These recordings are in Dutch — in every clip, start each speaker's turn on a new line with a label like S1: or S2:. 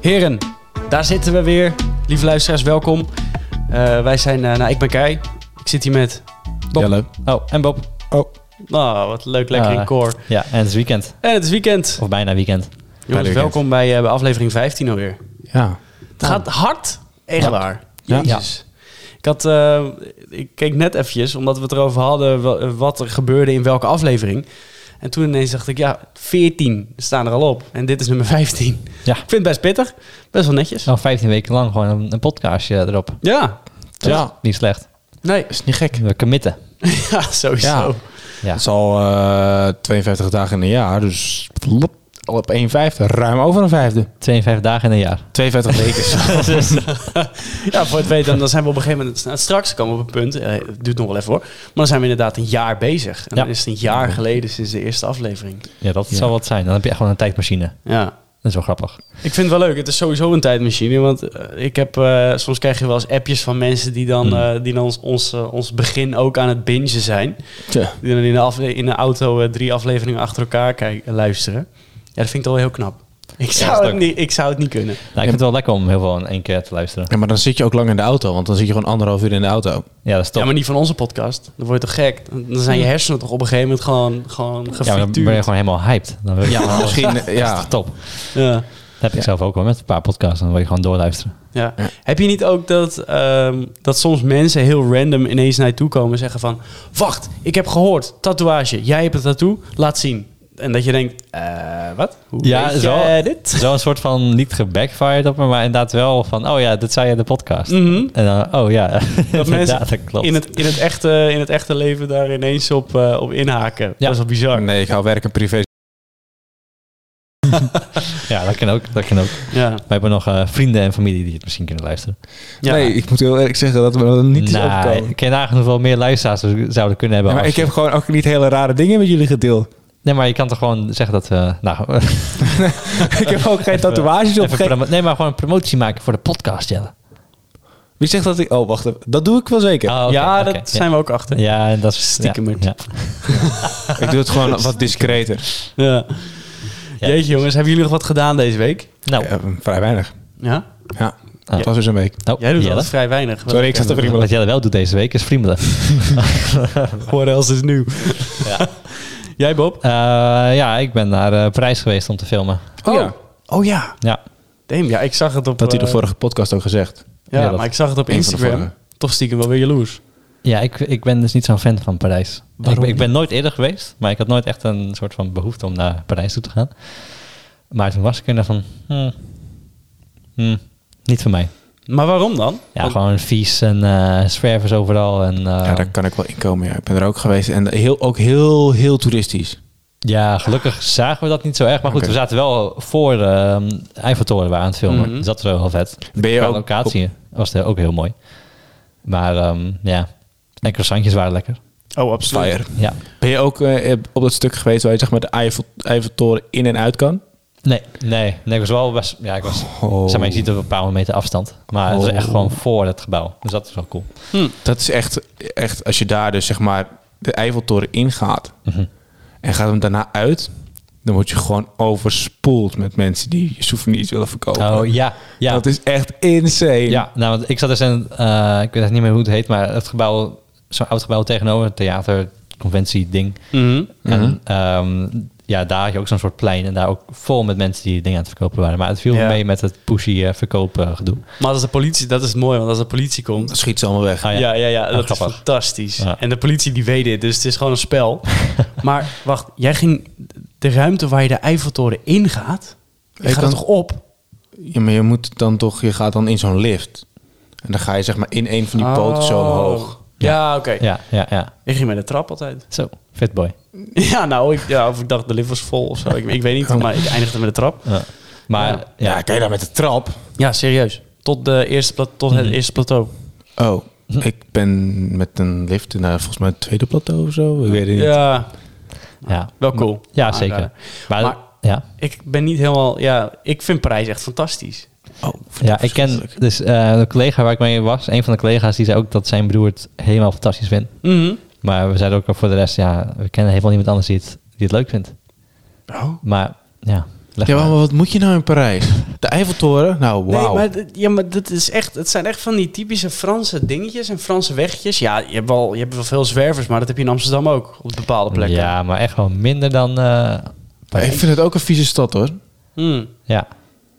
S1: Heren, daar zitten we weer. Lieve luisteraars, welkom. Eh, wij zijn, eh, nou, ik ben Kai. Ik zit hier met... Bob.
S2: Jelle.
S3: Oh, en Bob.
S1: Nou, wat leuk, lekker in
S3: Ah.
S1: koor.
S3: Ja, en het is weekend.
S1: En het is weekend.
S3: Of bijna weekend.
S1: Jongens,
S2: weekend.
S1: welkom bij, eh, bij aflevering 15 alweer.
S2: Ja.
S1: Het gaat hard. Echt
S3: Ja.
S1: waar.
S2: Ja.
S1: Jezus. Ik had, eh, ik keek net eventjes, omdat we het erover hadden wa- eh, wat er gebeurde in welke aflevering. En toen ineens dacht ik, ja, 14 staan er al op. En dit is nummer 15.
S3: Ja.
S1: Ik vind het best pittig. Best wel netjes.
S3: Nou, 15 weken lang gewoon een, een podcastje erop.
S1: Ja.
S3: Dat
S2: Ja.
S3: is Niet slecht.
S1: Nee.
S2: Is niet gek.
S3: We committen.
S1: Ja, sowieso.
S2: Ja.
S3: Ja.
S2: Het is al eh, 52 dagen in een jaar, dus plop, al op 1 vijfde. Ruim over een vijfde.
S3: 52 dagen in een jaar.
S2: 52 weken.
S1: Ja, voor het weten, dan zijn we op een gegeven moment... nou, Straks komen we op een punt, eh, het duurt nog wel even hoor. Maar dan zijn we inderdaad een jaar bezig. En
S3: Ja.
S1: dan is het een jaar geleden sinds de eerste aflevering.
S3: Ja, dat
S2: Ja.
S3: zal wat zijn. Dan heb je echt gewoon een tijdmachine.
S1: Ja.
S3: Dat is wel grappig. Nou,
S1: Ik vind het wel leuk. Het is sowieso een tijdmachine. Want eh, ik heb, eh, soms krijg je wel eens appjes van mensen die dan,
S3: Hmm.
S1: eh, die dan ons, ons, eh, ons begin ook aan het bingen zijn.
S2: Tja.
S1: Die dan in de, af, in de auto eh, drie afleveringen achter elkaar kijk, eh, luisteren. Ja, dat vind ik toch wel heel knap. Ik
S3: dat
S1: zou,
S3: is
S1: het,
S3: leuk.
S1: niet, ik zou het niet kunnen.
S3: Nou, ik vind het wel lekker om heel veel in één keer te luisteren.
S2: Ja, maar dan zit je ook lang in de auto, want dan zit je gewoon anderhalf uur in de auto.
S3: Ja, dat is top.
S1: Ja, maar niet van onze podcast. Dan word je toch gek. Dan dan zijn je hersenen toch op een gegeven moment gewoon, gewoon
S3: Ja, maar dan ben je
S1: gefrituurd.
S3: gewoon helemaal hyped. Dan wil je gewoon alles.
S2: misschien.
S3: Dat is
S2: Ja.
S3: toch top.
S1: Ja.
S3: Dat heb ik zelf ook wel met een paar podcasts. Dan wil je gewoon doorluisteren.
S1: Ja. Heb je niet ook dat, ehm, dat soms mensen heel random ineens naar je toe komen en zeggen van... Wacht, ik heb gehoord, tatoeage, jij hebt een tattoo, laat zien. En dat je denkt, eh, wat? Hoe
S3: Ja,
S1: weet
S3: zo.
S1: jij dit?
S3: Zo'n soort van niet gebackfired op me, maar inderdaad wel van... Oh ja, dat zei je in de podcast.
S1: Mhm.
S3: En dan, oh ja, dat
S1: mensen
S3: inderdaad, dat klopt.
S1: In het, in, het echte, in het echte leven daar ineens op, eh, op inhaken.
S3: Ja.
S1: Dat is wel bizar.
S2: Nee, ik hou werk en privé.
S3: Ja, dat kan ook. Dat kan ook.
S1: Ja.
S3: We hebben nog eh, vrienden en familie die het misschien kunnen luisteren.
S1: Ja.
S2: Nee, ik moet heel eerlijk zeggen dat we dat niet is
S3: Nou,
S2: opkomen.
S3: ik ken nagenoeg wel meer luisteraars zouden kunnen hebben.
S2: Ja, maar
S3: als
S2: ik
S3: je-
S2: heb gewoon ook niet hele rare dingen met jullie gedeeld.
S3: Nee, maar je kan toch gewoon zeggen dat... we nou,
S2: ik heb ook geen tatoeages op.
S3: even
S2: geen-
S3: promo- nee, maar gewoon een promotie maken voor de podcast, Jelle.
S2: Wie zegt dat ik... Oh, wacht even. Dat doe ik wel zeker.
S3: Oh, oké,
S1: ja,
S3: oké,
S1: dat zijn we ook achter. Ja.
S3: Ja, en dat is...
S1: Stiekem.
S3: Ja,
S2: Ik doe het gewoon wat discreter.
S3: Ja.
S1: Jeetje jongens, hebben jullie nog wat gedaan deze week?
S3: Nou,
S2: Ja, vrij weinig.
S1: Ja?
S2: Ja,
S3: Ah.
S2: het was dus een week.
S3: nou,
S1: Jij doet
S3: Jelle.
S1: altijd vrij weinig.
S2: Sorry, ik zat te
S3: Wat
S2: friemelen.
S3: Jelle wel doet deze week is friemelen.
S1: What else is nieuw?
S3: Ja.
S1: Jij Bob?
S3: Eh, ja, ik ben naar eh, Parijs geweest om te filmen.
S2: Oh ja.
S1: Oh ja.
S3: Ja,
S1: Damn, ja, ik zag het op...
S2: Dat hij de
S1: eh,
S2: vorige podcast ook gezegd.
S1: Ja,
S3: Ja, dat-
S1: maar ik zag het op
S2: Eén van de
S1: Instagram.
S2: vorige.
S1: Toch stiekem wel weer jaloers.
S3: ja ik, ik ben dus niet zo'n fan van Parijs.
S1: Waarom
S3: Ik, ben- ik
S1: niet?
S3: ben nooit eerder geweest, maar ik had nooit echt een soort van behoefte om naar Parijs toe te gaan. Maar toen was ik er van, hmm, hmm, niet voor mij.
S1: Maar waarom dan?
S3: Ja,
S1: Want-
S3: gewoon vies en eh zwervers overal. En, eh,
S2: Oh. Ja, daar kan ik wel in komen. Ja. Ik ben er ook geweest. En heel, ook heel, heel toeristisch.
S3: ja, gelukkig zagen we dat niet zo erg. Maar goed,
S2: Oké.
S3: we zaten wel voor de Eiffeltoren waren aan het filmen.
S1: Mhm.
S3: Dus dat was wel heel vet.
S2: Ben je
S3: Qua
S2: ook
S3: locatie was het ook heel mooi. Maar ehm, ja, en croissantjes waren lekker.
S1: Oh, absoluut.
S2: Fire.
S3: Ja,
S2: Ben je ook eh, op dat stuk geweest waar je zeg maar de Eiffel, Eiffeltoren in en uit kan?
S3: nee, nee. nee ik was wel best, ja, ik was,
S2: Oh.
S3: zeg maar, je ziet het op een paar meter afstand. Maar het was echt
S2: Oh.
S3: gewoon voor het gebouw. Dus dat is wel cool.
S2: Dat is echt, echt, als je daar dus zeg maar de Eiffeltoren ingaat
S3: Mhm.
S2: en gaat hem daarna uit, dan word je gewoon overspoeld met mensen die je souvenirs willen verkopen.
S3: Oh ja, ja.
S2: Dat is echt insane.
S3: Ja, nou, want ik zat dus in, eh, ik weet echt niet meer hoe het heet, maar het gebouw, zo'n oud gebouw tegenover, een theater, conventie, ding.
S1: Mhm.
S3: En ehm, ja, daar had je ook zo'n soort plein en daar ook vol met mensen die dingen aan het verkopen waren. Maar het viel
S1: Ja.
S3: mee met het pushy eh, verkopen gedoe.
S1: Maar als de politie, dat is mooi, want als de politie komt.
S2: Dan schiet ze allemaal weg.
S3: Ah,
S1: Ja, ja, ja, dat
S3: grappig.
S1: is fantastisch.
S3: Ja.
S1: En de politie die weet dit, dus het is gewoon een spel. maar wacht, jij ging de ruimte waar je de Eiffeltoren ingaat, je
S2: Ik
S1: gaat
S2: kan-
S1: er toch op?
S2: Ja, maar je moet dan toch, je gaat dan in zo'n lift. En dan ga je zeg maar in een van die poten zo
S1: Oh.
S2: omhoog.
S1: Ja, oké.
S3: Ja, ja, ja.
S1: Ik ging met de trap altijd.
S3: Zo, fit boy.
S1: Ja, nou, ik, ja, of ik dacht de lift was vol of zo. Ik, ik weet niet,
S2: Oh.
S1: maar ik eindigde met de trap.
S3: Ja. Maar ja,
S2: Ja, kan je daar met de trap?
S1: Ja, serieus. Tot, de eerste pla- tot het eerste plateau.
S2: Oh, ik ben met een lift naar volgens mij het tweede plateau of zo. Ik weet het niet.
S1: Ja,
S3: ja.
S1: wel cool.
S3: Ja,
S1: Aanrader.
S3: zeker. Maar,
S1: Maar-
S3: ja.
S1: Ik ben niet helemaal... Ja, ik vind Parijs echt fantastisch.
S2: Oh, ik vind
S3: Ja,
S2: het
S3: ik ken
S2: verschrikkelijk.
S3: dus eh de collega waar ik mee was, een van de collega's die zei ook dat zijn broer het helemaal fantastisch vindt.
S1: Mhm.
S3: Maar we zeiden ook al voor de rest, ja, we kennen helemaal niemand anders die het, die het leuk vindt.
S2: Oh.
S3: Maar ja, leg
S2: Ja,
S3: maar.
S2: maar wat moet je nou in Parijs? De Eiffeltoren? Nou,
S1: Nee,
S2: wauw.
S1: maar, d- ja, maar dat is echt, het zijn echt van die typische Franse dingetjes en Franse wegjes. Ja, je hebt, wel, je hebt wel veel zwervers, maar dat heb je in Amsterdam ook op bepaalde plekken.
S3: Ja, maar echt wel minder dan eh,
S2: ik
S3: Parijs.
S2: vind het ook een vieze stad, hoor.
S1: Hmm.
S3: Ja.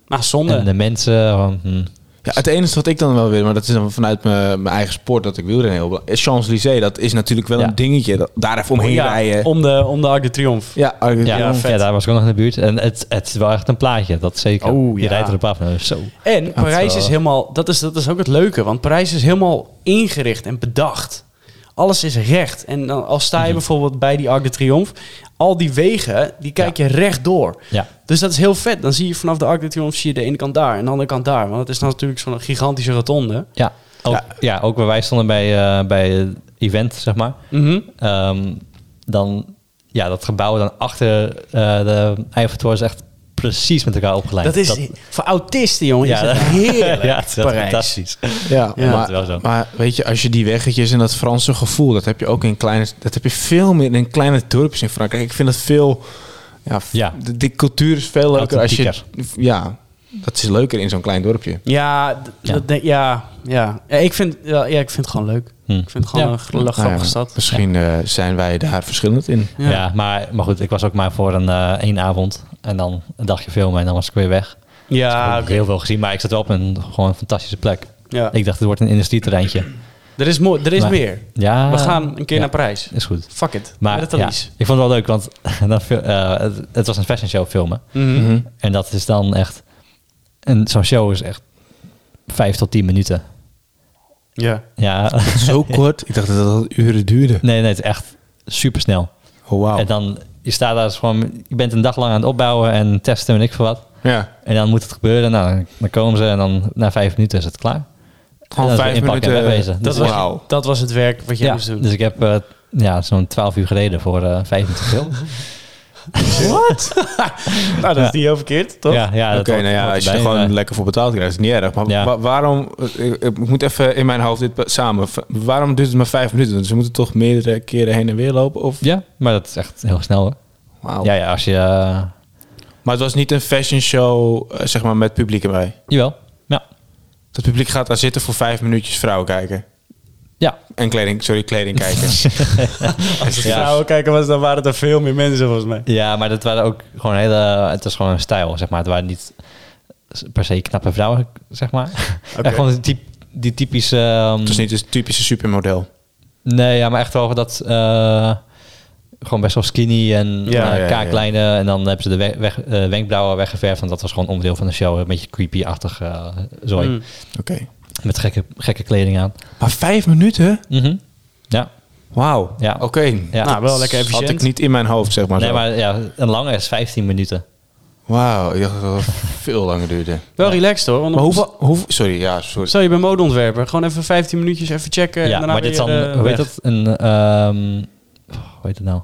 S1: Maar Nou, zonde.
S3: En de mensen, gewoon, hm.
S2: Ja, het enige wat ik dan wel wil, maar dat is dan vanuit mijn, mijn eigen sport dat ik wielrennen heel belangrijk. Champs-Élysées, dat is natuurlijk wel
S3: Ja.
S2: een dingetje. Dat, daar even omheen
S1: ja,
S2: rijden.
S1: Om de, om de Arc de Triomphe.
S2: Oh, Ja, Arc-
S3: ja,
S1: Ja,
S3: ja,
S1: vet.
S3: daar was ik ook nog in de buurt. En het, het is wel echt een plaatje, dat zeker.
S1: Oh,
S3: Je
S1: ja.
S3: rijdt erop af. Nou, zo.
S1: En Parijs
S3: wel-
S1: is helemaal, dat is, dat is ook het leuke, want Parijs is helemaal ingericht en bedacht. Alles is recht. En dan, als sta je
S3: Mhm.
S1: bijvoorbeeld bij die Arc de Triomphe, al die wegen, die kijk je recht door.
S3: Ja.
S1: Dus dat is heel vet. Dan zie je vanaf de Arc de Triomphe zie je de ene kant daar en de andere kant daar. Want het is natuurlijk zo'n gigantische rotonde.
S3: Ja. Ook, ja. ook waar wij stonden bij, eh, bij het event, zeg maar.
S1: Mhm.
S3: Ehm, dan, ja, dat gebouw dan achter eh, de Eiffeltoren is echt precies met elkaar opgeleid.
S1: Dat is voor autisten, jongen. Ja,
S3: Ja, dat-
S1: heerlijk.
S3: ja, het is echt
S1: Parijs.
S3: fantastisch.
S2: ja,
S1: Ja,
S3: dat is wel
S2: maar,
S3: zo.
S2: maar weet je, als je die weggetjes en dat Franse gevoel, dat heb je ook in kleine, dat heb je veel meer in kleine dorpjes in Frankrijk. Ik vind dat veel, ja, f-
S3: Ja.
S2: De, die cultuur is veel leuker als je,
S3: Authentieker.
S2: ja, dat is leuker in zo'n klein dorpje.
S1: Ja, d-
S3: Ja.
S1: Dat denk, ja, ja. ja, ik vind, ja, ja, ik vind het gewoon leuk.
S3: Hm.
S1: Ik vind het gewoon
S3: Ja.
S1: een gel-
S2: Nou
S1: grappige
S2: ja,
S1: stad.
S2: Misschien eh, zijn wij daar verschillend in.
S1: Ja.
S3: Ja, maar, maar goed, ik was ook maar voor een eh, één avond. En dan een dagje filmen en dan was ik weer weg.
S1: Ja,
S3: Ook
S1: Ah, oké.
S3: Heel veel gezien, maar ik zat wel op een gewoon een fantastische plek.
S1: Ja.
S3: Ik dacht, het wordt een industrieterreintje.
S1: Er is, mo- er is
S3: Maar-
S1: meer.
S3: Ja,
S1: We gaan een keer
S3: ja.
S1: naar Parijs.
S3: is goed.
S1: Fuck it.
S3: Maar
S1: Met het
S3: ja,
S1: Thalys.
S3: ik vond het wel leuk, want dat, fil- eh, het, het was een fashion show filmen.
S1: Mhm.
S2: Mhm.
S3: En dat is dan echt... En zo'n show is echt vijf tot tien minuten.
S1: Ja.
S3: Ja,
S2: Zo kort, ik dacht dat dat uren duurde.
S3: nee, nee, het is echt supersnel.
S2: Oh, wauw.
S3: En dan, je staat daar dus gewoon... Je bent een dag lang aan het opbouwen en testen en ik veel wat.
S2: Ja.
S3: En dan moet het gebeuren. Nou, dan- dan komen ze en dan na vijf minuten is het klaar.
S2: Gewoon
S3: En dan is
S2: vijf
S3: het inpakken
S2: minuten,
S3: en wegwezen.
S1: Dat,
S3: Dus-
S2: Wauw.
S1: was, dat was het werk wat jij moest doen.
S3: dus ik heb eh, ja, zo'n 12 uur gereden voor eh 25 gulden.
S1: What? nou, dat is niet heel verkeerd, toch?
S3: Ja, ja,
S2: Oké,
S3: dat hoort-
S2: nou ja,
S3: hoort
S2: als je er
S3: erbij,
S2: gewoon
S3: maar-
S2: lekker voor betaald krijgt, is het niet erg. Maar
S3: Ja.
S2: wa- waarom, ik, ik moet even in mijn hoofd dit be- samen, v- waarom duurt het maar vijf minuten? Want ze moeten toch meerdere keren heen en weer lopen? Of?
S3: Ja, maar dat is echt heel snel hoor.
S2: Wauw.
S3: Ja, ja, als je... eh,
S2: Maar het was niet een fashion show, eh, zeg maar, met publiek erbij.
S3: jawel, ja.
S2: Dat publiek gaat daar zitten voor vijf minuutjes vrouwen kijken.
S3: Ja,
S2: En kleding, sorry, kleding kijken.
S1: Als het
S3: Ja.
S1: vrouwen kijken was, dan waren er veel meer mensen volgens mij.
S3: Ja, maar dat waren ook gewoon hele. Het was gewoon een stijl, zeg maar. Het waren niet per se knappe vrouwen, zeg maar.
S1: Oké.
S3: Echt gewoon die, typ- die typische. ehm,
S2: het is niet een typische supermodel.
S3: Nee, ja, maar echt wel dat. eh, gewoon best wel skinny en
S1: Ja,
S3: eh,
S2: ja, ja.
S3: kaaklijnen. En dan hebben ze de we- weg- eh, wenkbrauwen weggeverfd. En dat was gewoon onderdeel van de show. Een beetje creepy-achtig eh zooi.
S1: Mm.
S2: Oké.
S3: Met gekke, gekke kleding aan.
S2: Maar vijf minuten?
S3: Mhm. Ja.
S2: Wauw.
S3: Ja.
S2: Oké.
S3: ja.
S1: Nou, wel lekker efficiënt.
S2: Had ik niet in mijn hoofd, zeg maar.
S3: nee,
S2: zo.
S3: maar ja, een lange is 15 minuten.
S2: Wauw, ik dacht dat het veel langer duurde.
S1: Wel relaxed hoor. Want
S2: Maar hoeveel, hoeveel, sorry, ja, sorry.
S1: Stel je bij modeontwerper, gewoon even 15 minuutjes even checken. en
S3: Ja,
S1: daarna
S3: maar dit
S1: weer,
S3: is dan,
S1: eh,
S3: hoe heet
S1: weg.
S3: dat? Een, ehm, hoe heet het nou?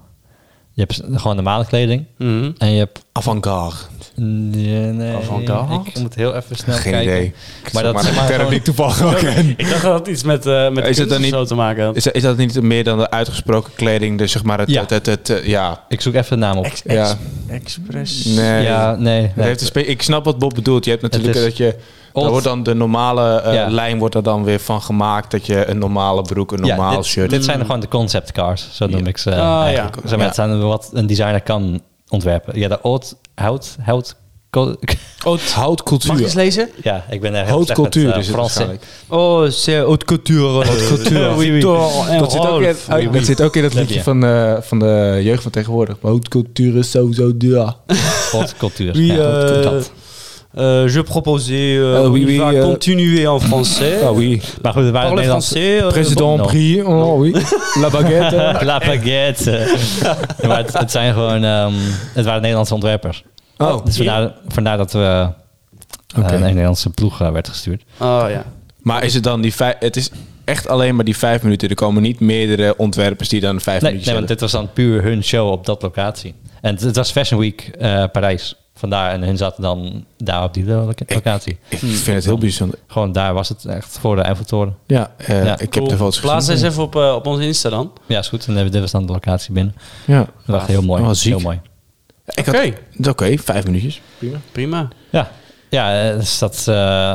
S3: Je hebt gewoon normale kleding
S1: Mhm.
S3: en je hebt...
S2: Avant-garde.
S3: Nee, nee,
S1: Avant-garde?
S3: Ik moet heel even snel
S2: Geen
S3: kijken.
S2: idee.
S3: Maar dat
S2: is
S3: zeg maar gewoon-
S2: niet toevallig ook ken.
S1: Ik dacht dat het iets met, eh met
S2: Is het
S1: kunst
S2: dan
S1: of
S2: niet-
S1: zo te maken had.
S2: Is, dat- is dat niet meer dan de uitgesproken kleding? Dus zeg maar het...
S3: Ja.
S2: het, het, het, eh, ja.
S3: Ik zoek even de naam op.
S1: Ex-
S2: Ja.
S1: ex- Express.
S2: Nee.
S3: ja, nee.
S2: Het
S3: nee.
S2: heeft een spe- ik snap wat Bob bedoelt. Je hebt natuurlijk
S3: is
S2: dat je...
S3: old.
S2: Daar wordt dan de normale eh,
S3: Ja.
S2: lijn wordt er dan weer van gemaakt. Dat je een normale broek, een
S3: Ja,
S2: normaal
S3: dit,
S2: shirt...
S3: Dit zijn gewoon de concept cars, zo noem ik ze.
S1: Ah, ja.
S3: eigenlijk. Zeg maar,
S2: Ja.
S3: Het zijn wat een designer kan ontwerpen. Ja, de oud, hout, hout... co-
S2: Haute houtcultuur.
S1: Mag ik eens lezen?
S3: Ja, ik ben er heel
S2: Haute
S3: slecht met,
S2: cultuur
S3: eh,
S2: is het
S3: Frans in.
S2: waarschijnlijk.
S1: Oh, c'est haute couture. Haute
S2: couture.
S1: Oui, oui.
S2: Dat zit, ook in, oh, dat zit ook in het
S3: Heb
S2: liedje
S3: je.
S2: van, eh, van de jeugd van tegenwoordig. Haute cultuur is sowieso duur.
S3: Haute cultuur.
S1: Oui,
S3: ja, dat-
S1: eh,
S3: dat.
S1: euh, je proposais, euh,
S2: Ah, oui,
S1: on
S2: oui,
S1: va
S2: euh,
S1: continuer en français.
S2: Ah oui.
S3: Maar goed, er waren
S1: Parle
S3: Nederlandse-
S1: français. euh,
S2: President
S3: bon.
S2: Brie, oh oui. La baguette.
S3: La baguette. Ja, maar het, het zijn gewoon... ehm, het waren Nederlandse ontwerpers.
S2: Oh,
S3: Dus vandaar, vandaar dat we eh,
S2: Oké.
S3: een Nederlandse ploeg eh, werd gestuurd.
S1: bon. Oh ja.
S2: maar is het dan die vijf... Het is echt alleen maar die vijf minuten. Er komen niet meerdere ontwerpers die dan vijf
S3: Nee, nee,
S2: minuutjes
S3: want dit was dan puur hun show op dat locatie. En het, het was Fashion Week eh, Parijs. Vandaar, en hun zaten dan daar op die lo- locatie.
S2: Ik vind het heel bijzonder.
S3: Gewoon daar was het echt voor de Eiffeltoren.
S2: Ja, eh,
S3: Ja,
S2: ik
S1: Cool.
S2: heb de foto's gezien.
S1: Plaats eens even op, eh, op ons Insta dan.
S3: Ja, is goed. En eh, dit was dan de locatie binnen.
S2: Ja.
S3: Dat was heel mooi.
S2: Oh, Ah, ziek.
S3: Heel mooi.
S2: Ik had-
S1: Oké.
S2: Oké, vijf minuutjes.
S1: Prima.
S3: Ja. Ja, eh, dus dat... eh,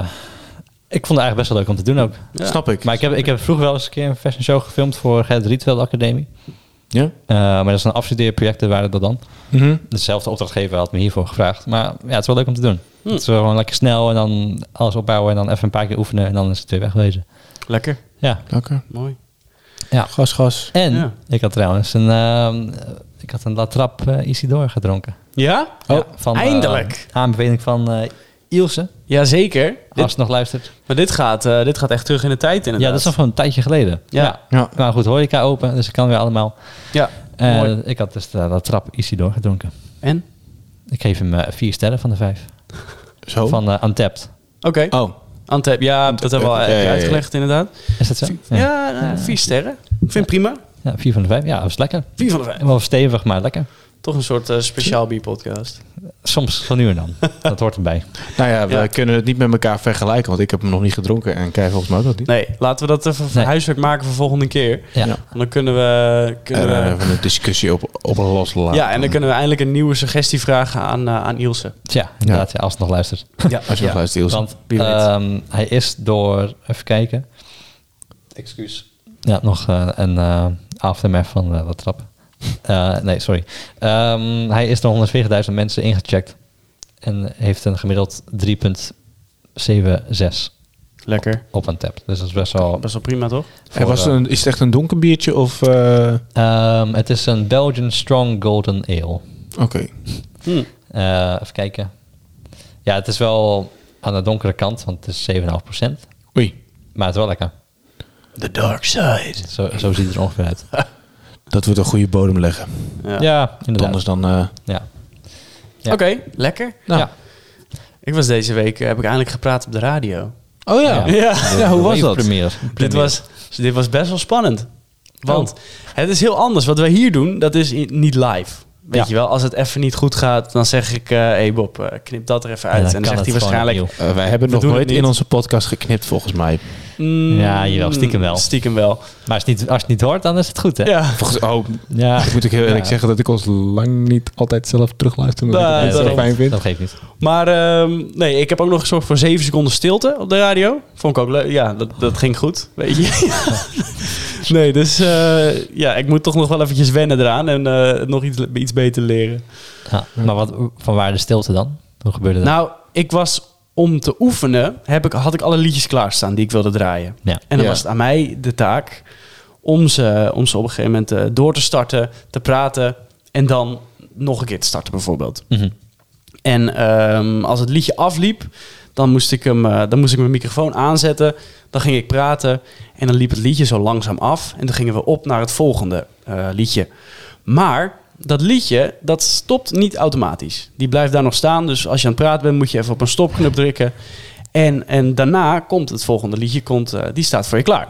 S3: ik vond het eigenlijk best wel leuk om te doen ook.
S1: Ja.
S2: Snap ik.
S3: Maar ik heb, ik heb vroeger wel eens een keer een fashion show gefilmd voor het Rietveld Academie.
S2: Ja?
S3: Eh, maar dat is een afstudeerprojecten waren dat dan.
S2: Mhm.
S3: Dezelfde opdrachtgever had me hiervoor gevraagd. Maar ja, het is wel leuk om te doen.
S1: Hm.
S3: Het is wel gewoon lekker snel en dan alles opbouwen en dan even een paar keer oefenen en dan is het weer wegwezen.
S1: Lekker.
S3: Ja.
S2: Lekker.
S1: Mooi.
S2: Gas, gas.
S3: En
S1: Ja.
S3: ik had trouwens een, ehm, ik had een La Trappe eh, Isidore gedronken.
S1: Ja?
S3: Ja, van, eh,
S1: Oh, eindelijk.
S3: aanbeveling van eh, Ilse,
S1: Jazeker.
S3: als
S1: Dit,
S3: ze nog luistert.
S1: maar dit gaat, eh, dit gaat echt terug in de tijd inderdaad.
S3: Ja, dat is nog van een tijdje geleden.
S1: Ja.
S2: Ja.
S3: Maar goed, horeca open, dus ik kan weer allemaal.
S1: Ja.
S3: Eh,
S1: Mooi.
S3: ik had dus de La Trappe Isidore gedronken.
S1: En?
S3: Ik geef hem eh, vier sterren van de vijf.
S1: Oh.
S2: Zo.
S3: Van eh Untapped.
S1: Oké.
S2: Oh.
S1: Antep, ja, dat hebben we al
S2: Ja, ja, ja, ja.
S1: uitgelegd inderdaad.
S3: Is dat zo?
S1: Ja, nou, vier sterren. Ik vind het prima.
S3: Ja, vier van de vijf. Ja, dat is lekker.
S1: Vier van de vijf.
S3: Wel stevig, maar lekker.
S1: Toch een soort eh, speciaal bierpodcast.
S3: Soms van nu en dan. dat hoort erbij.
S2: Nou ja, we
S1: Ja.
S2: kunnen het niet met elkaar vergelijken, want ik heb hem nog niet gedronken en Kei volgens mij ook nog niet.
S1: Nee, laten we dat even
S3: Nee.
S1: huiswerk maken voor volgende keer.
S3: Ja.
S2: Ja.
S1: Want dan kunnen we... Kunnen
S2: En
S1: we
S2: eh, even een discussie op, op loslaten.
S1: ja, en dan kunnen we eindelijk een nieuwe suggestie vragen aan, eh, aan Ilse.
S3: Tja, inderdaad. Ja, als het nog luistert.
S1: Ja.
S2: Als je nog
S1: Ja. eh,
S2: luistert, Ilse.
S3: Want
S1: wie weet.
S3: ehm, hij is door... Even kijken. Excuus. Ja, nog eh, een eh aftermath van eh wat trappen. Eh, nee, sorry. Ehm, hij is door 140.000 mensen ingecheckt. En heeft een gemiddeld 3,76
S1: Lekker.
S3: op een tap. Dus dat is best wel...
S1: Best wel prima, toch?
S2: en was het
S3: eh,
S2: een, is het echt een donker biertje of... eh,
S3: ehm, het is een Belgian Strong Golden Ale.
S2: Oké.
S1: Hm.
S3: Eh, even kijken. Ja, het is wel aan de donkere kant, want het is 7,5%.
S2: Oei,
S3: Maar het is wel lekker.
S1: The dark side.
S3: Zo, zo ziet het er ongeveer uit.
S2: dat wordt een goede bodem leggen.
S1: Ja.
S3: Ja,
S2: Want
S3: inderdaad.
S2: Anders dan... eh,
S3: Ja.
S1: Oké,
S3: Ja.
S1: lekker.
S2: nou.
S3: Ja.
S1: Ik was deze week, eh, heb ik eindelijk gepraat op de radio.
S2: Oh ja.
S3: Ja.
S2: Ja, hoe was dat?
S3: Premier.
S1: Dit was, dit was best wel spannend. Want
S3: Oh.
S1: het is heel anders. Wat wij hier doen, dat is i- niet live. Weet
S3: Ja.
S1: je wel, als het even niet goed gaat, dan zeg ik... eh hey Bob, eh, knip dat er even uit. en dan zegt hij waarschijnlijk...
S2: Eh, wij hebben
S1: We
S2: nog
S1: doen het
S2: nooit in
S1: niet.
S2: onze podcast geknipt, volgens mij.
S1: mm,
S3: Ja, jawel, stiekem wel.
S1: Stiekem wel.
S3: Maar als, het niet, als je het niet hoort, dan is het goed, hè?
S1: Ja.
S2: Volgens, oh,
S3: Ja.
S2: ik moet ik heel eerlijk
S3: Ja.
S2: zeggen dat ik ons lang niet altijd zelf terugluister. omdat
S1: Nou,
S2: ik het
S1: dat
S2: zo
S1: klopt.
S2: fijn vind.
S3: Dat geeft niet.
S1: Maar ehm, nee, ik heb ook nog gezorgd voor zeven seconden stilte op de radio. Vond ik ook leuk. Ja, dat, dat ging goed. Weet je. nee, dus eh, ja, ik moet toch nog wel eventjes wennen eraan. En eh, nog iets, iets beter leren.
S3: Ja. Maar wat, van waar de stilte dan? Hoe gebeurde dat?
S1: Nou, ik was om te oefenen, heb ik, had ik alle liedjes klaarstaan die ik wilde draaien.
S3: Ja.
S1: En dan
S2: Ja.
S1: was het aan mij de taak om ze, om ze op een gegeven moment eh, door te starten, te praten en dan nog een keer te starten bijvoorbeeld.
S3: Mhm.
S1: En ehm, als het liedje afliep, dan moest, ik hem, eh, dan moest ik mijn microfoon aanzetten. Dan ging ik praten en dan liep het liedje zo langzaam af. En dan gingen we op naar het volgende eh, liedje. Maar dat liedje, dat stopt niet automatisch. Die blijft daar nog staan. Dus als je aan het praten bent, moet je even op een stopknop drukken. En, en daarna komt het volgende liedje, komt, eh, die staat voor je klaar.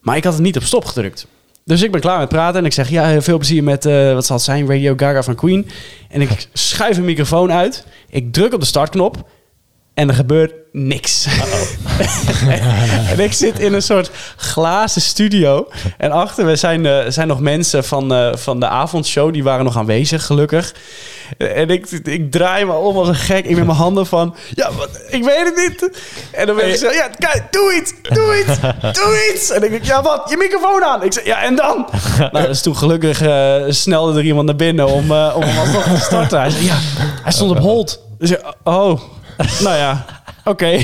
S1: Maar ik had het niet op stop gedrukt. Dus ik ben klaar met praten en ik zeg, ja, heel veel plezier met, eh, wat zal het zijn, Radio Gaga van Queen. En ik schuif een microfoon uit, ik druk op de startknop en er gebeurt niks. en ik zit in een soort glazen studio. En achter me zijn, eh, zijn nog mensen van, eh, van de avondshow, die waren nog aanwezig, gelukkig. En ik, ik draai me om als een gek. Ik met mijn handen van... Ja, wat, ik weet het niet. En dan ben ik zo... Ja, kijk, doe iets. Doe iets. Doe iets. En ik denk... Ja, wat? Je microfoon aan. Ik zeg... Ja, en dan? Nou, dus toen gelukkig eh, snelde er iemand naar binnen om, eh, om hem alsnog te starten. Hij zei... Ja, hij stond op hold. Dus ik, Oh. Nou ja. Oké.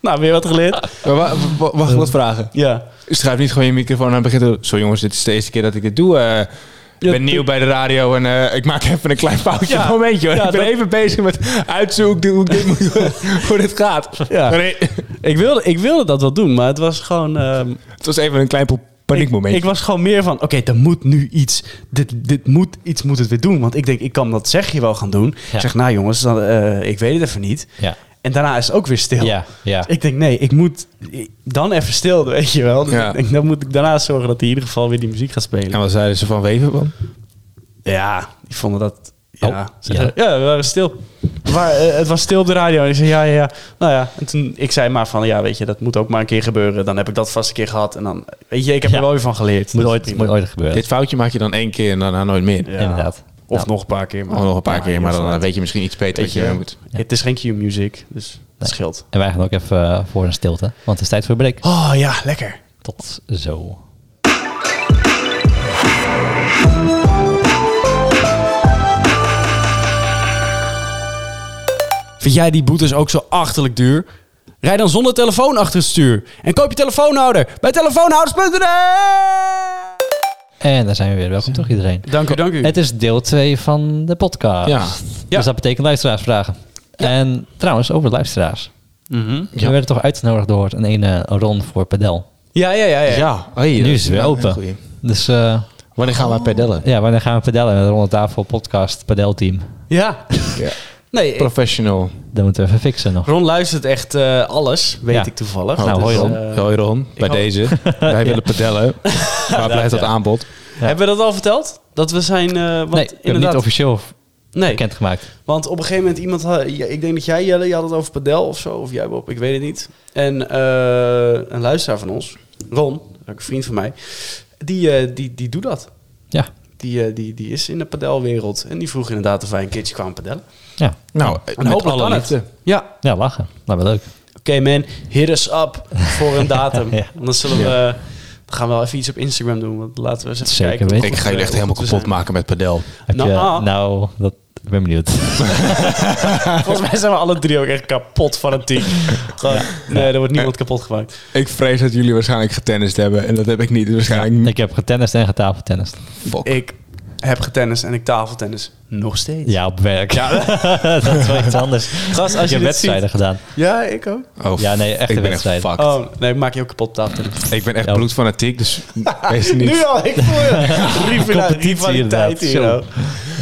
S1: nou, weer wat geleerd.
S2: Maar wa- wa- mag ik wat vragen?
S1: Ja.
S2: Eh, Schrijf niet gewoon je microfoon aan het begin. toe. Zo jongens, dit is de eerste keer dat ik dit doe. eh, ik ben
S1: Ja,
S2: nieuw bij de radio en eh, ik maak even een klein foutje.
S1: Ja.
S2: Een momentje hoor.
S1: Ja,
S2: ik ben
S1: dat-
S2: even bezig met uitzoeken hoe ik dit moet hoe dit gaat.
S1: Ja.
S2: Nee,
S1: Ik wilde, ik wilde dat wel doen, maar het was gewoon... ehm,
S2: het was even een klein po-
S1: Ik,
S2: paniekmomentje.
S1: ik was gewoon meer van, oké, er moet nu iets. Dit, dit moet, iets moet het weer doen. Want ik denk, ik kan dat zegje wel gaan doen.
S3: Ja.
S1: Ik zeg, nou jongens, dan, eh, ik weet het even niet.
S3: Ja.
S1: En daarna is het ook weer stil.
S3: Ja. Ja.
S1: Ik denk, nee, ik moet ik- dan even stil, weet je wel. Dus
S2: Ja.
S1: ik denk, dan moet ik daarna zorgen dat hij in ieder geval weer die muziek gaat spelen.
S2: En
S1: Ja,
S2: wat zeiden ze van Weven? man?
S1: die vonden dat... Ja,
S3: Oh,
S1: Ze
S3: ja.
S1: zeiden, ja. we waren stil. Maar, eh, het was stil op de radio. En ik zei, ja, ja, ja. Nou ja, en toen, ik zei maar van, ja, weet je, dat moet ook maar een keer gebeuren. Dan heb ik dat vast een keer gehad. En dan, weet je, ik heb
S3: Ja.
S1: er wel weer van geleerd.
S3: Moet
S1: Dus
S3: ooit,
S1: prima.
S3: moet ooit gebeuren.
S2: Dit foutje maak je dan één keer en daarna nooit meer.
S1: Ja.
S3: Inderdaad.
S1: Of
S3: Ja.
S1: nog een paar keer. Maar,
S2: Oh, nog een paar keer, maar dan eh,
S1: weet
S2: weet je misschien iets beter
S1: Weet
S2: wat je
S1: je,
S2: eh, moet.
S1: Het is geen Q-music, dus Dat scheelt.
S3: En wij gaan ook even eh, voor een stilte, want het is tijd voor een break.
S1: Oh ja, lekker.
S3: Tot zo.
S1: Vind jij die boetes ook zo achterlijk duur? Rij dan zonder telefoon achter het stuur. En koop je telefoonhouder bij telefoonhouders.nl
S3: En daar zijn we weer. Welkom terug iedereen.
S1: Dank u, dank u.
S3: Het is deel 2 van de podcast.
S2: Ja.
S1: Ja.
S3: Dus dat betekent luisteraarsvragen. En trouwens, over luisteraars.
S1: Mhm.
S3: We werden toch uitgenodigd door een ene Ron voor Pedel.
S1: ja, ja, ja, ja.
S2: Ja, hey,
S3: nu
S2: dat
S3: is het weer
S2: wel een
S3: open.
S2: goeie.
S3: Dus eh,
S2: Wanneer gaan wij pedellen?
S3: ja, maar dan gaan we pedellen met de Ronde Tafel Podcast Pedel Team.
S1: Ja.
S2: Ja.
S1: Nee, ik-
S2: Professional.
S3: Dat moeten we even fixen nog.
S1: Ron luistert echt eh, alles, weet
S3: Ja.
S1: ik toevallig.
S3: Nou, hoi, Ron.
S1: eh,
S2: Hoi Ron, bij
S1: hoop-
S2: deze. Wij willen pedellen. Waar blijft dat aanbod?
S1: Hebben we dat al verteld? Dat we zijn... eh want
S3: nee, ik heb het
S1: inderdaad,
S3: niet officieel
S1: nee,
S3: bekendgemaakt.
S1: want op een gegeven moment iemand... had- ja, ik denk dat jij, Jelle, je had het over Padel of zo. Of jij, Bob, ik weet het niet. En eh, een luisteraar van ons, Ron, ook een vriend van mij, die, eh, die, die doet dat.
S3: Ja.
S1: Die, eh, die, die is in de padelwereld. En die vroeg inderdaad of wij een keertje kwamen padellen.
S3: Ja.
S2: Nou,
S1: En
S2: met
S1: hopelijk
S2: alle
S1: kan
S2: liefde.
S1: het. Ja,
S3: ja, lachen. Nou, wel leuk.
S1: Oké man, hit us up voor een datum.
S3: Ja.
S1: Anders zullen we... Dan gaan we wel even iets op Instagram doen. Want laten we eens even
S3: Zeker
S1: kijken.
S3: weten.
S2: Ik ga jullie echt helemaal kapot maken met padel.
S3: Heb
S1: Nou,
S3: je,
S1: ah.
S3: nou dat, ik ben benieuwd.
S1: Volgens mij zijn we alle drie ook echt kapot van het team. Gewoon, Nee, er wordt niemand kapot gemaakt.
S2: Ik vrees dat jullie waarschijnlijk getennist hebben. En dat heb ik niet. Dus waarschijnlijk
S3: ik heb getennist en getafeltennist.
S2: Fuck.
S1: Ik heb getennist en ik tafeltennis. Nog steeds.
S3: Ja, op werk. dat is wel iets anders.
S1: Gast,
S3: ik
S1: als je
S3: heb
S1: dit
S3: wedstrijden
S1: ziet-
S3: gedaan.
S1: Ja, ik ook.
S2: Oh,
S3: Ja, nee, echte
S2: ik ben
S3: wedstrijd.
S2: Echt fucked.
S1: Oh, nee, ik maak je ook kapot op tafeltennis.
S2: Ik ben echt
S3: Ja.
S2: bloedfanatiek, dus wees er niet.
S1: Nu al, ik voel je. Rivali-
S3: Competitie
S1: Rivaliteit
S3: inderdaad,
S1: hier.
S3: zo.
S1: hoor.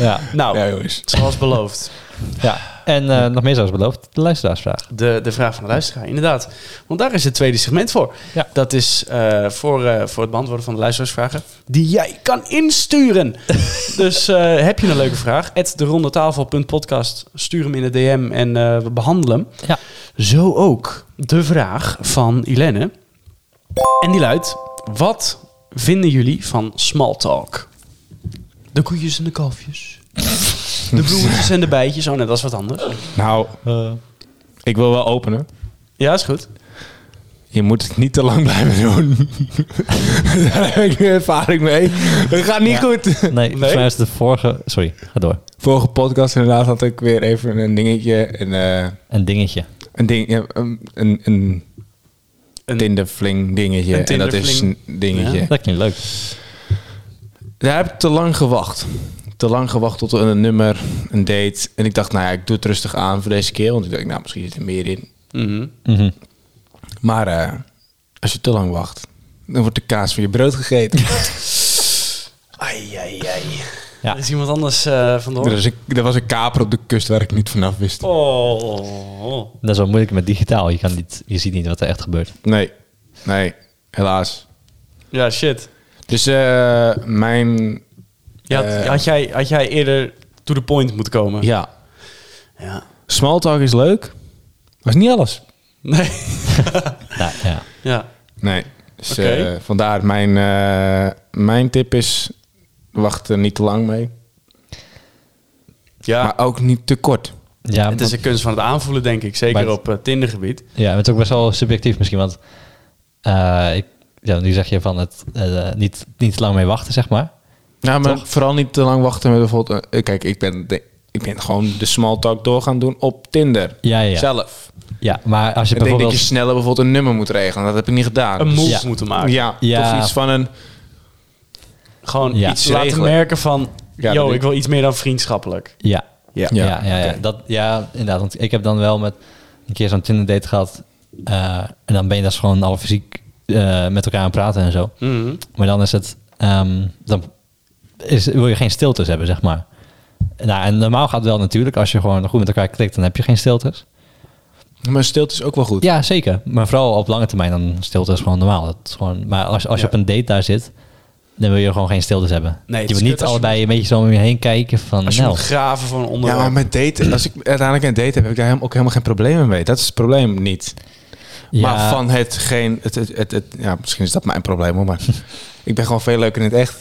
S3: Ja,
S1: Nou,
S2: Ja, jongens.
S1: zoals beloofd.
S3: ja. En eh, nog meer zoals beloofd, de luisteraarsvraag.
S1: De, de vraag van de luisteraar, inderdaad. Want daar is het tweede segment voor.
S3: Ja.
S1: Dat is eh, voor, eh, voor het beantwoorden van de luisteraarsvragen. Die jij kan insturen. dus eh, heb je een leuke vraag? At de Stuur hem in de DM en eh, we behandelen hem.
S3: Ja.
S1: Zo ook de vraag van Ilene. En die luidt. Wat vinden jullie van smalltalk? De koeien en de kalfjes. De bloemetjes en de bijtjes. Oh nee, dat is wat anders.
S2: Nou,
S3: Eh,
S2: ik wil wel openen.
S1: Ja, is goed.
S2: Je moet het niet te lang blijven doen. Daar heb ik nu ervaring mee. Het gaat niet goed.
S3: nee, volgens mij is de vorige... Sorry, ga door.
S2: Vorige podcast inderdaad had ik weer even een dingetje. Een, eh,
S3: Een dingetje.
S2: een ding... ja, een, een, een tinderfling dingetje.
S1: Een
S2: en dat is een
S1: tinderfling.
S2: dingetje.
S3: Dat klinkt leuk.
S2: Daar heb ik te lang gewacht. Te lang gewacht tot een nummer, een date. En ik dacht, nou ja, ik doe het rustig aan voor deze keer. Want ik dacht, nou, misschien zit er meer in.
S1: Mhm.
S3: Mhm.
S2: Maar eh, als je te lang wacht, dan wordt de kaas van je brood gegeten.
S1: Oh. Ai, ai, ai.
S3: Ja.
S1: Er is iemand anders eh van de
S2: er,
S1: hoor.
S2: was een, er was een kaper op de kust waar ik niet vanaf wist.
S1: Oh.
S3: Dat is wel moeilijk met digitaal. Je, kan niet, je ziet niet wat er echt gebeurt.
S2: Nee, nee, helaas.
S1: Ja, shit.
S2: Dus eh, mijn...
S1: Je had,
S2: eh,
S1: had, jij, had jij eerder to the point moeten komen?
S2: Ja,
S1: Ja.
S2: small talk is leuk. Maar is niet alles.
S1: Nee.
S3: Nou, ja.
S1: ja.
S2: Nee. Dus,
S1: Oké.
S2: eh, vandaar mijn, eh, mijn tip is, wacht er niet te lang mee.
S1: Ja.
S2: Maar ook niet te kort.
S3: Ja,
S1: het is
S3: want-
S1: de kunst van het aanvoelen, denk ik. Zeker
S3: Maar het-
S1: op eh, Tindergebied.
S3: ja, maar het is ook best wel subjectief misschien, want eh, ik, ja, nu zeg je van het eh, niet, niet lang mee wachten, zeg maar.
S2: Nou, maar vooral niet te lang wachten met bijvoorbeeld... eh, kijk, ik ben, de- ik ben gewoon de small talk door gaan doen op Tinder.
S3: Ja, ja, ja.
S2: Zelf.
S3: Ja, maar als je
S2: Ik denk dat je
S3: bijvoorbeeld...
S2: sneller bijvoorbeeld een nummer moet regelen. Dat heb ik niet gedaan. Dus-
S1: Een move
S3: Dus Ja.
S1: moeten maken.
S2: Ja,
S3: Ja.
S2: of iets van een...
S1: Gewoon
S3: Ja.
S1: iets
S2: Iets
S1: laten
S2: regelen.
S1: merken van...
S2: Ja, dat
S1: yo,
S2: ik-
S1: ik wil iets meer dan vriendschappelijk.
S3: Ja,
S1: Ja.
S3: Ja,
S2: Ja,
S3: ja, ja,
S2: oké.
S3: Dat, ja inderdaad. Want ik heb dan wel met een keer zo'n Tinder date gehad. eh, en dan ben je dus gewoon al fysiek eh, met elkaar aan het praten en zo.
S1: Mhm.
S3: Maar dan is het... ehm, dan is, wil je geen stiltes hebben, zeg maar. Nou, en normaal gaat het wel natuurlijk. Als je gewoon goed met elkaar klikt, dan heb je geen stiltes.
S2: Maar stilte is ook wel goed.
S3: Ja, zeker. Maar vooral op lange termijn, dan stiltes gewoon normaal. Dat is gewoon, maar als, als je
S1: Ja.
S3: op een date daar zit, dan wil je gewoon geen stiltes hebben.
S1: Nee, het
S3: je
S1: is
S3: wil niet
S1: kut als je
S3: allebei een beetje zo om je heen kijken van...
S1: Als je
S3: nou,
S1: moet graven voor een
S2: Ja,
S1: onderwerp.
S2: maar met daten, als ik uiteindelijk een date heb, heb ik daar helemaal- ook helemaal geen problemen mee. Dat is het probleem niet.
S3: ja,
S2: Maar van het geen... Het, het, het, het- ja, misschien is dat mijn probleem, hoor, maar... ik ben gewoon veel leuker in het echt.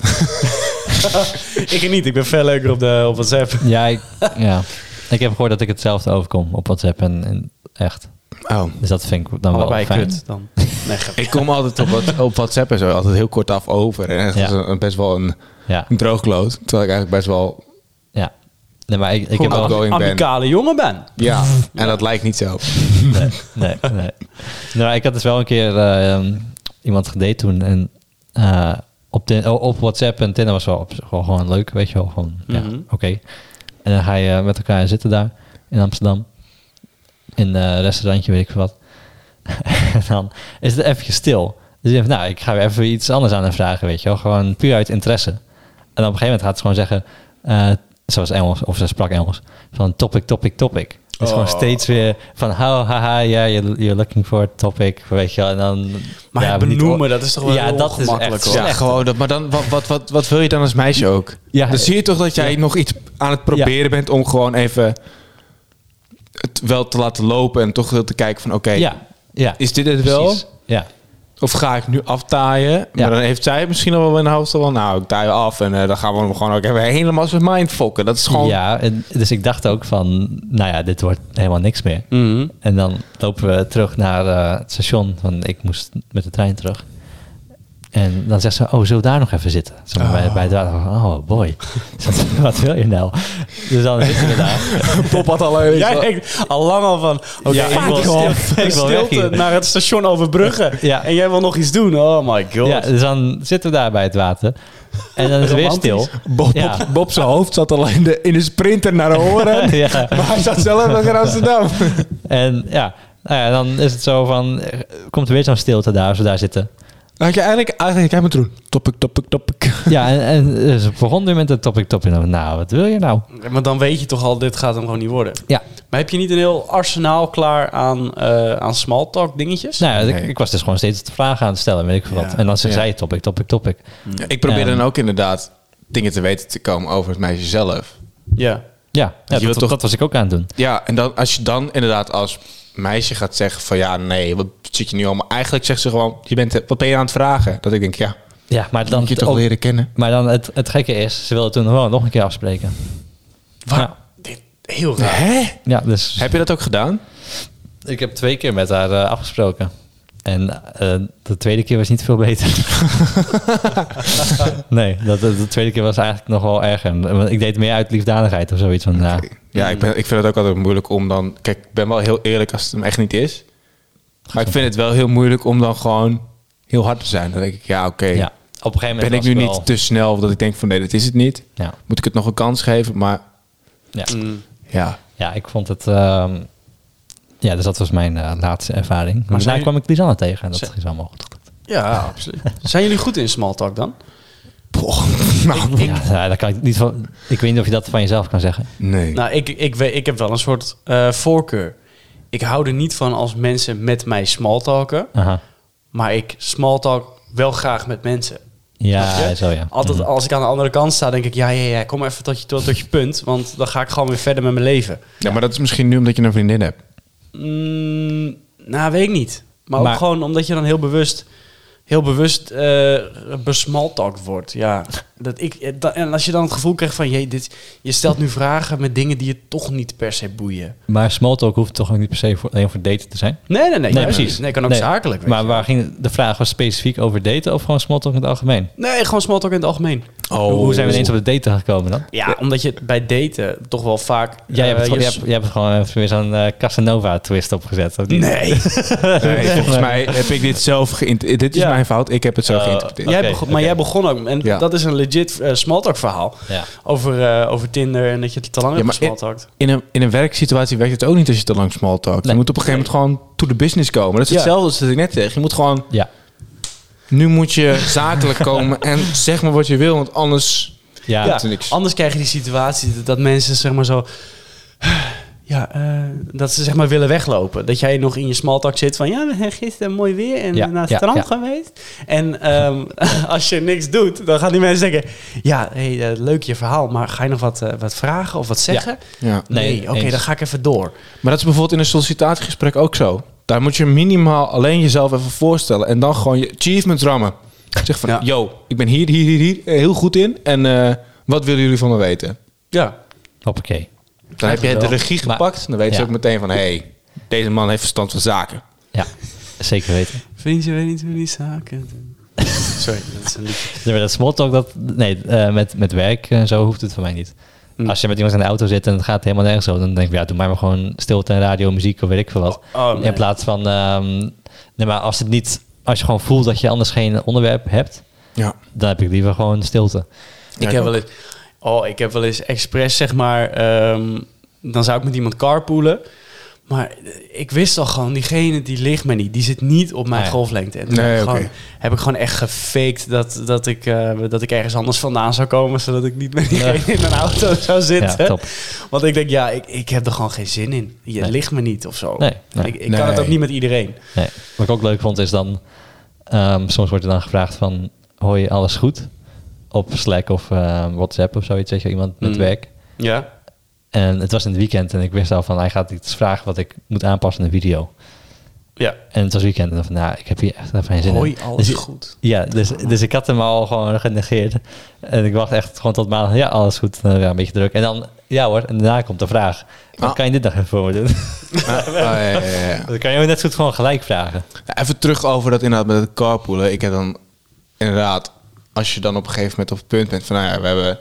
S1: Ik niet. Ik ben veel leuker op, de, op WhatsApp.
S3: Ja ik, ja, ik heb gehoord dat ik hetzelfde overkom op WhatsApp en, en echt.
S2: Oh.
S3: Dus dat vind ik dan
S1: Allebei
S3: wel fijn.
S1: kut dan. Nee, grapje.
S2: Ik kom altijd op, wat, op WhatsApp en zo altijd heel kort af over. En echt
S3: Ja.
S2: als een- best wel een,
S3: Ja,
S2: een droogkloot. Terwijl ik eigenlijk best wel...
S3: ja. Nee, maar ik, ik heb
S1: Gewoon
S3: wel...
S1: een
S2: outgoing ben.
S1: amicale jongen ben.
S2: Ja, en dat lijkt niet zo.
S3: Nee, nee, nee. Nou, ik had dus wel een keer eh, ehm, iemand gedate toen en eh, op, Tin- oh, op WhatsApp en Tinder was wel op zich wel gewoon leuk, weet je wel. Gewoon,
S1: Mhm.
S3: ja, oké. En dan ga je eh, met elkaar zitten daar in Amsterdam. In eh, een restaurantje, weet ik veel wat. en dan is het even stil. Dus je denkt, van, nou, ik ga weer even iets anders aan hem vragen, weet je wel. Gewoon puur uit interesse. En dan op een gegeven moment gaat ze gewoon zeggen, eh, ze was Engels, of ze sprak Engels, van topic, topic, topic. Dus gewoon
S2: Oh.
S3: steeds weer van, how, haha, yeah, you're, you're looking for a topic, weet je wel. En dan,
S1: Maar
S3: ja,
S1: het
S3: niet
S1: benoemen,
S3: hoor.
S1: dat is toch wel
S3: Ja,
S1: heel
S3: dat is
S1: ongemakkelijk,
S3: echt
S1: hoor.
S2: Ja,
S3: slecht.
S2: gewoon dat. Maar dan, wat, wat, wat, wat wil je dan als meisje ook?
S3: Ja.
S2: dan zie je toch dat jij nog iets aan het proberen bent om gewoon even het wel te laten lopen en toch wel te kijken van oké,
S3: Ja, ja.
S2: is dit het wel?
S3: precies. Ja,
S2: Of ga ik nu aftaaien? Maar
S3: Ja.
S2: dan heeft zij misschien al wel in haar hoofd al wel, nou ik taai af en eh, dan gaan we hem gewoon ook even helemaal zijn mind fokken. Dat is gewoon,
S3: ja en, dus ik dacht ook van, nou ja, dit wordt helemaal niks meer.
S1: Mhm.
S3: En dan lopen we terug naar eh, het station, want ik moest met de trein terug. En dan zegt ze, oh, zullen we daar nog even zitten? Zo bij, bij het water. Oh, boy. Wat wil je nou? Dus dan zitten we daar.
S2: Pop had al even-
S1: Jij denkt al lang al van, oké,
S3: Ja,
S1: ik
S3: ik
S1: wil
S3: wil
S1: stilte,
S3: stil- ik wil weg
S1: stilte
S3: hier.
S1: naar het station overbruggen.
S3: Ja.
S1: En jij wil nog iets doen. Oh my god.
S3: Ja, dus dan zitten we daar bij het water. En dan is het weer stil.
S2: Bob,
S3: Ja.
S2: Bob, Bob zijn hoofd zat al in de, in de sprinter naar horen.
S3: Ja.
S2: Maar hij zat zelf nog in Amsterdam.
S3: En ja, nou ja, dan is het zo van, eh, komt er weer zo'n stilte daar, als we daar zitten.
S2: Had je eigenlijk, eigenlijk, jij moet doen. Topic, topic, topic.
S3: Ja, en, en ze begon weer met het topic topic. Nou, wat wil je nou?
S1: Maar dan weet je toch al, dit gaat hem gewoon niet worden.
S3: Ja,
S1: Maar heb je niet een heel arsenaal klaar aan, eh aan small talk dingetjes?
S3: nou, ja, ik,
S2: Nee.
S3: ik was dus gewoon steeds vragen aan het stellen, weet ik veel wat.
S1: Ja.
S3: En dan zei
S2: Ja.
S3: zij topic, topic, topic.
S2: Ja, Ik probeer
S3: Ehm.
S2: dan ook inderdaad dingen te weten te komen over het meisje zelf.
S1: Ja.
S3: Ja, ja,
S2: wilt
S3: dat,
S2: toch-
S3: dat was ik ook aan het doen.
S2: Ja, en dan als je dan inderdaad als meisje gaat zeggen van ja, nee, wat zit je nu allemaal? Eigenlijk zegt ze gewoon, je bent, wat ben je aan het vragen? Dat ik denk, ja,
S3: Ja, maar
S2: dan
S3: dan,
S2: moet je toch
S3: ook-
S2: leren kennen.
S3: maar dan het, het gekke is, ze wilde toen gewoon nog een keer afspreken. Ja,
S1: Dit, heel raar.
S2: Hè?
S3: ja, dus
S2: Heb je dat ook gedaan?
S3: ik heb twee keer met haar eh, afgesproken. En eh, de tweede keer was niet veel beter. nee, dat, dat- de tweede keer was eigenlijk nog wel erger. Want Ik deed meer uit liefdadigheid of zoiets. Van, nou,
S2: Ja, ik, ben, ik vind het ook altijd moeilijk om dan... Kijk, ik ben wel heel eerlijk als het hem echt niet is. Maar ik vind het wel heel moeilijk om dan gewoon heel hard te zijn. Dan denk ik, ja, oké.
S3: ja, op een gegeven moment
S2: ben ik
S3: was
S2: nu
S3: wel-
S2: niet te snel dat ik denk van nee, dat is het niet.
S3: Ja,
S2: Moet ik het nog een kans geven? Maar
S3: ja.
S1: Mm.
S2: ja,
S3: ja, ik vond het... ehm, ja, dus dat was mijn eh, laatste ervaring. Maar
S1: zijn-
S3: daarna kwam ik Lisanne tegen en dat
S1: Zijn-
S3: is allemaal goed.
S1: Ja, absoluut. Zijn jullie goed in small talk dan?
S3: ja, nou, dat kan ik, niet van, ik weet niet of je dat van jezelf kan zeggen.
S2: nee.
S1: Nou, ik, ik, weet, ik heb wel een soort eh, voorkeur. Ik hou er niet van als mensen met mij small talken.
S3: Aha.
S1: Maar ik small talk wel graag met mensen. Snap
S3: Ja,
S1: je?
S3: zo ja. Mhm.
S1: Altijd als ik aan de andere kant sta, denk ik... Ja, ja, ja, kom even tot je, tot, tot je punt. Want dan ga ik gewoon weer verder met mijn leven.
S2: ja, maar dat is misschien nu omdat je een vriendin hebt.
S1: Mm, nou, weet ik niet. Maar, ook
S3: Maar-
S1: gewoon omdat je dan heel bewust, heel bewust eh besmaltalkt wordt. Ja. Dat ik, eh, da- en als je dan het gevoel krijgt van, jee, dit, je stelt nu vragen met dingen die je toch niet per se boeien.
S3: Maar smalltalk hoeft toch ook niet per se voor, alleen voor daten te zijn?
S1: Nee, nee, nee.
S3: Nee,
S1: juist
S3: precies.
S1: niet. Nee, kan ook
S3: Nee,
S1: zakelijk. weet
S3: Maar
S1: je.
S3: waar ging de vraag was specifiek over daten of gewoon smalltalk in het algemeen?
S1: Nee, gewoon smalltalk in het algemeen.
S2: Oh,
S3: Hoe zijn we ineens op het daten gekomen dan?
S1: Ja, omdat je bij daten toch wel vaak...
S3: Jij hebt,
S1: eh,
S3: het gewoon,
S1: je-
S3: jij hebt, jij hebt gewoon even weer zo'n eh, Casanova twist opgezet. of niet?
S1: Nee.
S2: Nee, volgens mij heb ik dit zelf geïnterpreteerd. Dit is
S1: Ja.
S2: mijn fout, ik heb het zo
S3: Eh,
S2: geïnterpreteerd.
S1: Jij
S3: Oké,
S1: begon- Maar
S3: oké.
S1: jij begon ook. En
S2: Ja.
S1: dat is een legit eh smalltalk verhaal.
S3: Ja.
S1: Over, eh, over Tinder en dat je te lang
S2: Ja,
S1: hebt
S2: maar-
S1: gesmaltalkt.
S2: In een, in een werksituatie werkt het ook niet als je te lang small talkt.
S3: Nee.
S2: Je moet op een gegeven moment gewoon to the business komen. Dat is
S1: Ja.
S2: hetzelfde als dat ik net zeg. Je moet gewoon,
S3: Ja.
S2: nu moet je zakelijk komen en zeg maar wat je wil, want anders...
S3: Ja.
S1: Ja,
S2: dat is niks.
S1: anders krijg je die situatie dat, dat mensen zeg maar zo... Ja, eh, dat ze zeg maar willen weglopen. Dat jij nog in je smaltak zit van... Ja, we zijn gisteren mooi weer en
S3: Ja,
S1: naar het
S3: ja,
S1: strand
S3: ja.
S1: geweest. En ehm, als je niks doet, dan gaan die mensen denken... Ja, hey, eh, leuk je verhaal, maar ga je nog wat, eh, wat vragen of wat zeggen?
S2: Ja.
S1: Nee,
S3: Nee,
S1: oké,
S3: eens.
S1: dan ga ik even door.
S2: Maar dat is bijvoorbeeld in een sollicitatiegesprek ook zo. Daar moet je minimaal alleen jezelf even voorstellen. En dan gewoon je achievements rammen. Zeg van,
S1: Ja.
S2: yo, ik ben hier, hier, hier, hier eh, heel goed in. En eh, wat willen jullie van me weten?
S1: Ja,
S3: Hoppakee.
S2: Dan heb jij de
S1: wel.
S2: regie
S3: Maar-
S2: gepakt. Dan weten ze
S3: Ja.
S2: ook meteen van, hé, hey, Deze man heeft verstand van zaken.
S3: Ja, zeker weten.
S1: Vind je weet niet hoe die zaken doen. Sorry, dat is een liedje.
S3: Ja, maar dat smalltalk, dat, nee, eh, met, met werk en zo hoeft het voor mij niet.
S1: Mm.
S3: Als je met iemand in de auto zit en het gaat helemaal nergens over, dan denk ik, ja, doe mij maar gewoon stilte en radio, muziek of weet ik veel wat.
S1: Oh, nee.
S3: in plaats van, ehm, nee, maar als het niet, als je gewoon voelt dat je anders geen onderwerp hebt,
S2: Ja.
S3: dan heb ik liever gewoon stilte.
S1: Ik
S2: Ja,
S1: heb wel eens, oh, ik heb wel eens expres, zeg maar, ehm, dan zou ik met iemand carpoolen. Maar eh, ik wist al gewoon, diegene die ligt me niet. Die zit niet op mijn
S3: Nee.
S1: golflengte. En toen
S2: Nee,
S1: heb, ik
S2: oké.
S1: gewoon, heb ik gewoon echt gefaked dat, dat, ik, eh, dat ik ergens anders vandaan zou komen. Zodat ik niet met diegene
S3: Ja.
S1: in een auto zou
S3: Ja,
S1: zitten.
S3: top.
S1: Want ik denk, ja, ik, ik heb er gewoon geen zin in. Je
S3: Nee.
S1: ligt me niet of zo.
S3: Nee, nee.
S1: Ik, ik kan het
S2: Nee.
S1: ook niet met iedereen.
S3: Nee. Wat ik ook leuk vond is dan, ehm, soms wordt er dan gevraagd van, hoor je alles goed? Op Slack of eh, WhatsApp of zoiets, weet je, iemand met
S1: Mm.
S3: werk.
S1: Ja?
S3: En het was in het weekend en ik wist al van, hij gaat iets vragen wat ik moet aanpassen in de video.
S1: Ja.
S3: En het was weekend en dan van, nou, ik heb hier echt even geen zin
S1: Hoi,
S3: in.
S1: alles
S3: Dus-
S1: goed.
S3: Ja, dus, dus ik had hem al gewoon genegeerd. En ik wacht echt gewoon tot maandag. Ja, alles goed. Nou, ja, een beetje druk. En dan, ja hoor, en daarna komt de vraag. Wat
S2: Ah.
S3: kan je dit nog even voor me doen?
S2: Ah, ah, ja, ja, ja, ja.
S3: Dan kan je ook net zo goed gewoon gelijk vragen.
S2: Ja, Even terug over dat inderdaad met het carpoolen. Ik heb dan inderdaad, als je dan op een gegeven moment op het punt bent van, nou ja, we hebben,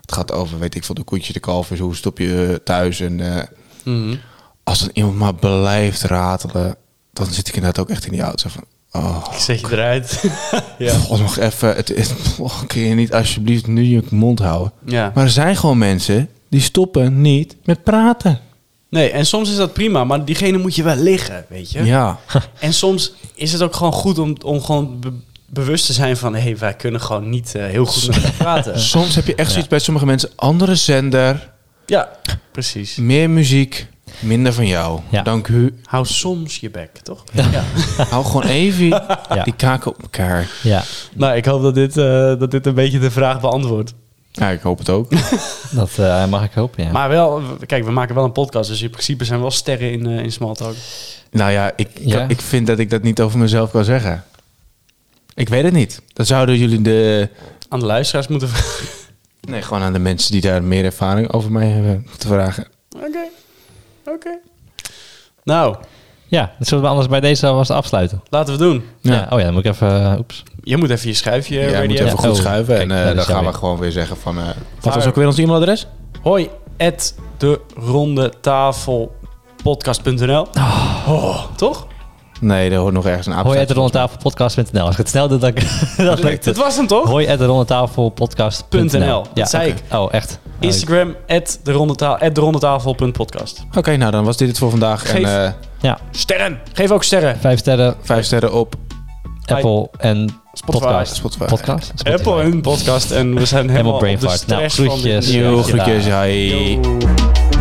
S2: het gaat over, weet ik veel, de koetje, de kalvers, hoe stop je eh, thuis en eh,
S1: Mhm.
S2: als dan iemand maar blijft ratelen, dan zit ik inderdaad ook echt in die auto van, oh,
S1: Ik zet je eruit. ja.
S2: god, nog even, het is, oh, kun je niet alsjeblieft nu je mond houden?
S1: ja.
S2: Maar er zijn gewoon mensen die stoppen niet met praten.
S1: Nee, en soms is dat prima, maar diegene moet je wel liggen, weet je.
S2: Ja.
S1: En soms is het ook gewoon goed om, om gewoon be- bewust te zijn van... hé, hey, wij kunnen gewoon niet eh, heel goed met elkaar praten.
S2: Soms heb je echt zoiets bij sommige mensen, andere zender,
S1: Ja, precies.
S2: meer muziek, minder van jou.
S3: Ja.
S2: Dank u.
S1: Hou soms je bek, toch? Ja.
S2: Hou gewoon even die kaken op elkaar.
S3: Ja,
S1: Nou, ik hoop dat dit, eh, dat dit een beetje de vraag beantwoordt.
S2: Ja, ik hoop het ook.
S3: dat eh, mag ik hopen, ja.
S1: Maar wel, w- kijk, we maken wel een podcast, dus in principe zijn we wel sterren in, eh in Smalltalk.
S2: nou ja ik, ik-
S3: Ja.
S2: ik vind dat ik dat niet over mezelf kan zeggen. Ik weet het niet. Dan zouden jullie de...
S1: Aan de luisteraars moeten vragen.
S2: Nee, gewoon aan de mensen die daar meer ervaring over mij hebben te vragen.
S1: Oké, oké. Nou,
S3: Ja, dat zullen we anders bij deze alvast afsluiten.
S1: laten we doen.
S2: Ja.
S3: Ja. Oh ja, dan moet ik even... eh, oeps.
S1: Je moet even je schuifje
S2: Jij
S1: ready
S2: moet
S1: hebben.
S2: even goed
S3: Oh,
S2: schuiven
S3: kijk,
S2: en eh,
S3: daar
S2: dan
S3: is jou
S2: gaan we
S3: weer.
S2: gewoon weer zeggen van... eh, wat
S1: Daar.
S2: was ook weer ons e-mailadres?
S1: Hoi, at de ronde tafel podcast.nl.
S3: Ah.
S1: Oh, toch?
S2: Nee, daar hoort nog ergens een aap.
S3: Hoi at rondetafelpodcast.nl. Als ik het snel doe, dan dat lukt
S1: Het
S3: het.
S1: was hem toch?
S3: Hoi at rondetafelpodcast.nl.
S1: .nl. Dat zei
S3: oké. Oh, echt? Oh, ik-
S1: Instagram, at de ronde ta- at de ronde tafel.podcast.
S2: Oké, nou dan was dit het voor vandaag.
S1: Geef-
S2: En eh,
S3: Ja,
S1: Sterren! Geef ook sterren.
S3: vijf sterren,
S2: vijf sterren op
S3: Apple en
S1: Spotify.
S3: podcast.
S2: Spotify.
S3: Podcast? Spotify.
S1: Apple en podcast en we zijn helemaal
S3: Helemaal
S1: op de
S3: brain fart. Nou,
S1: stress van dit
S3: groetjes.
S1: nieuwe-
S2: Yo, groetjes. Hi.
S1: Yo.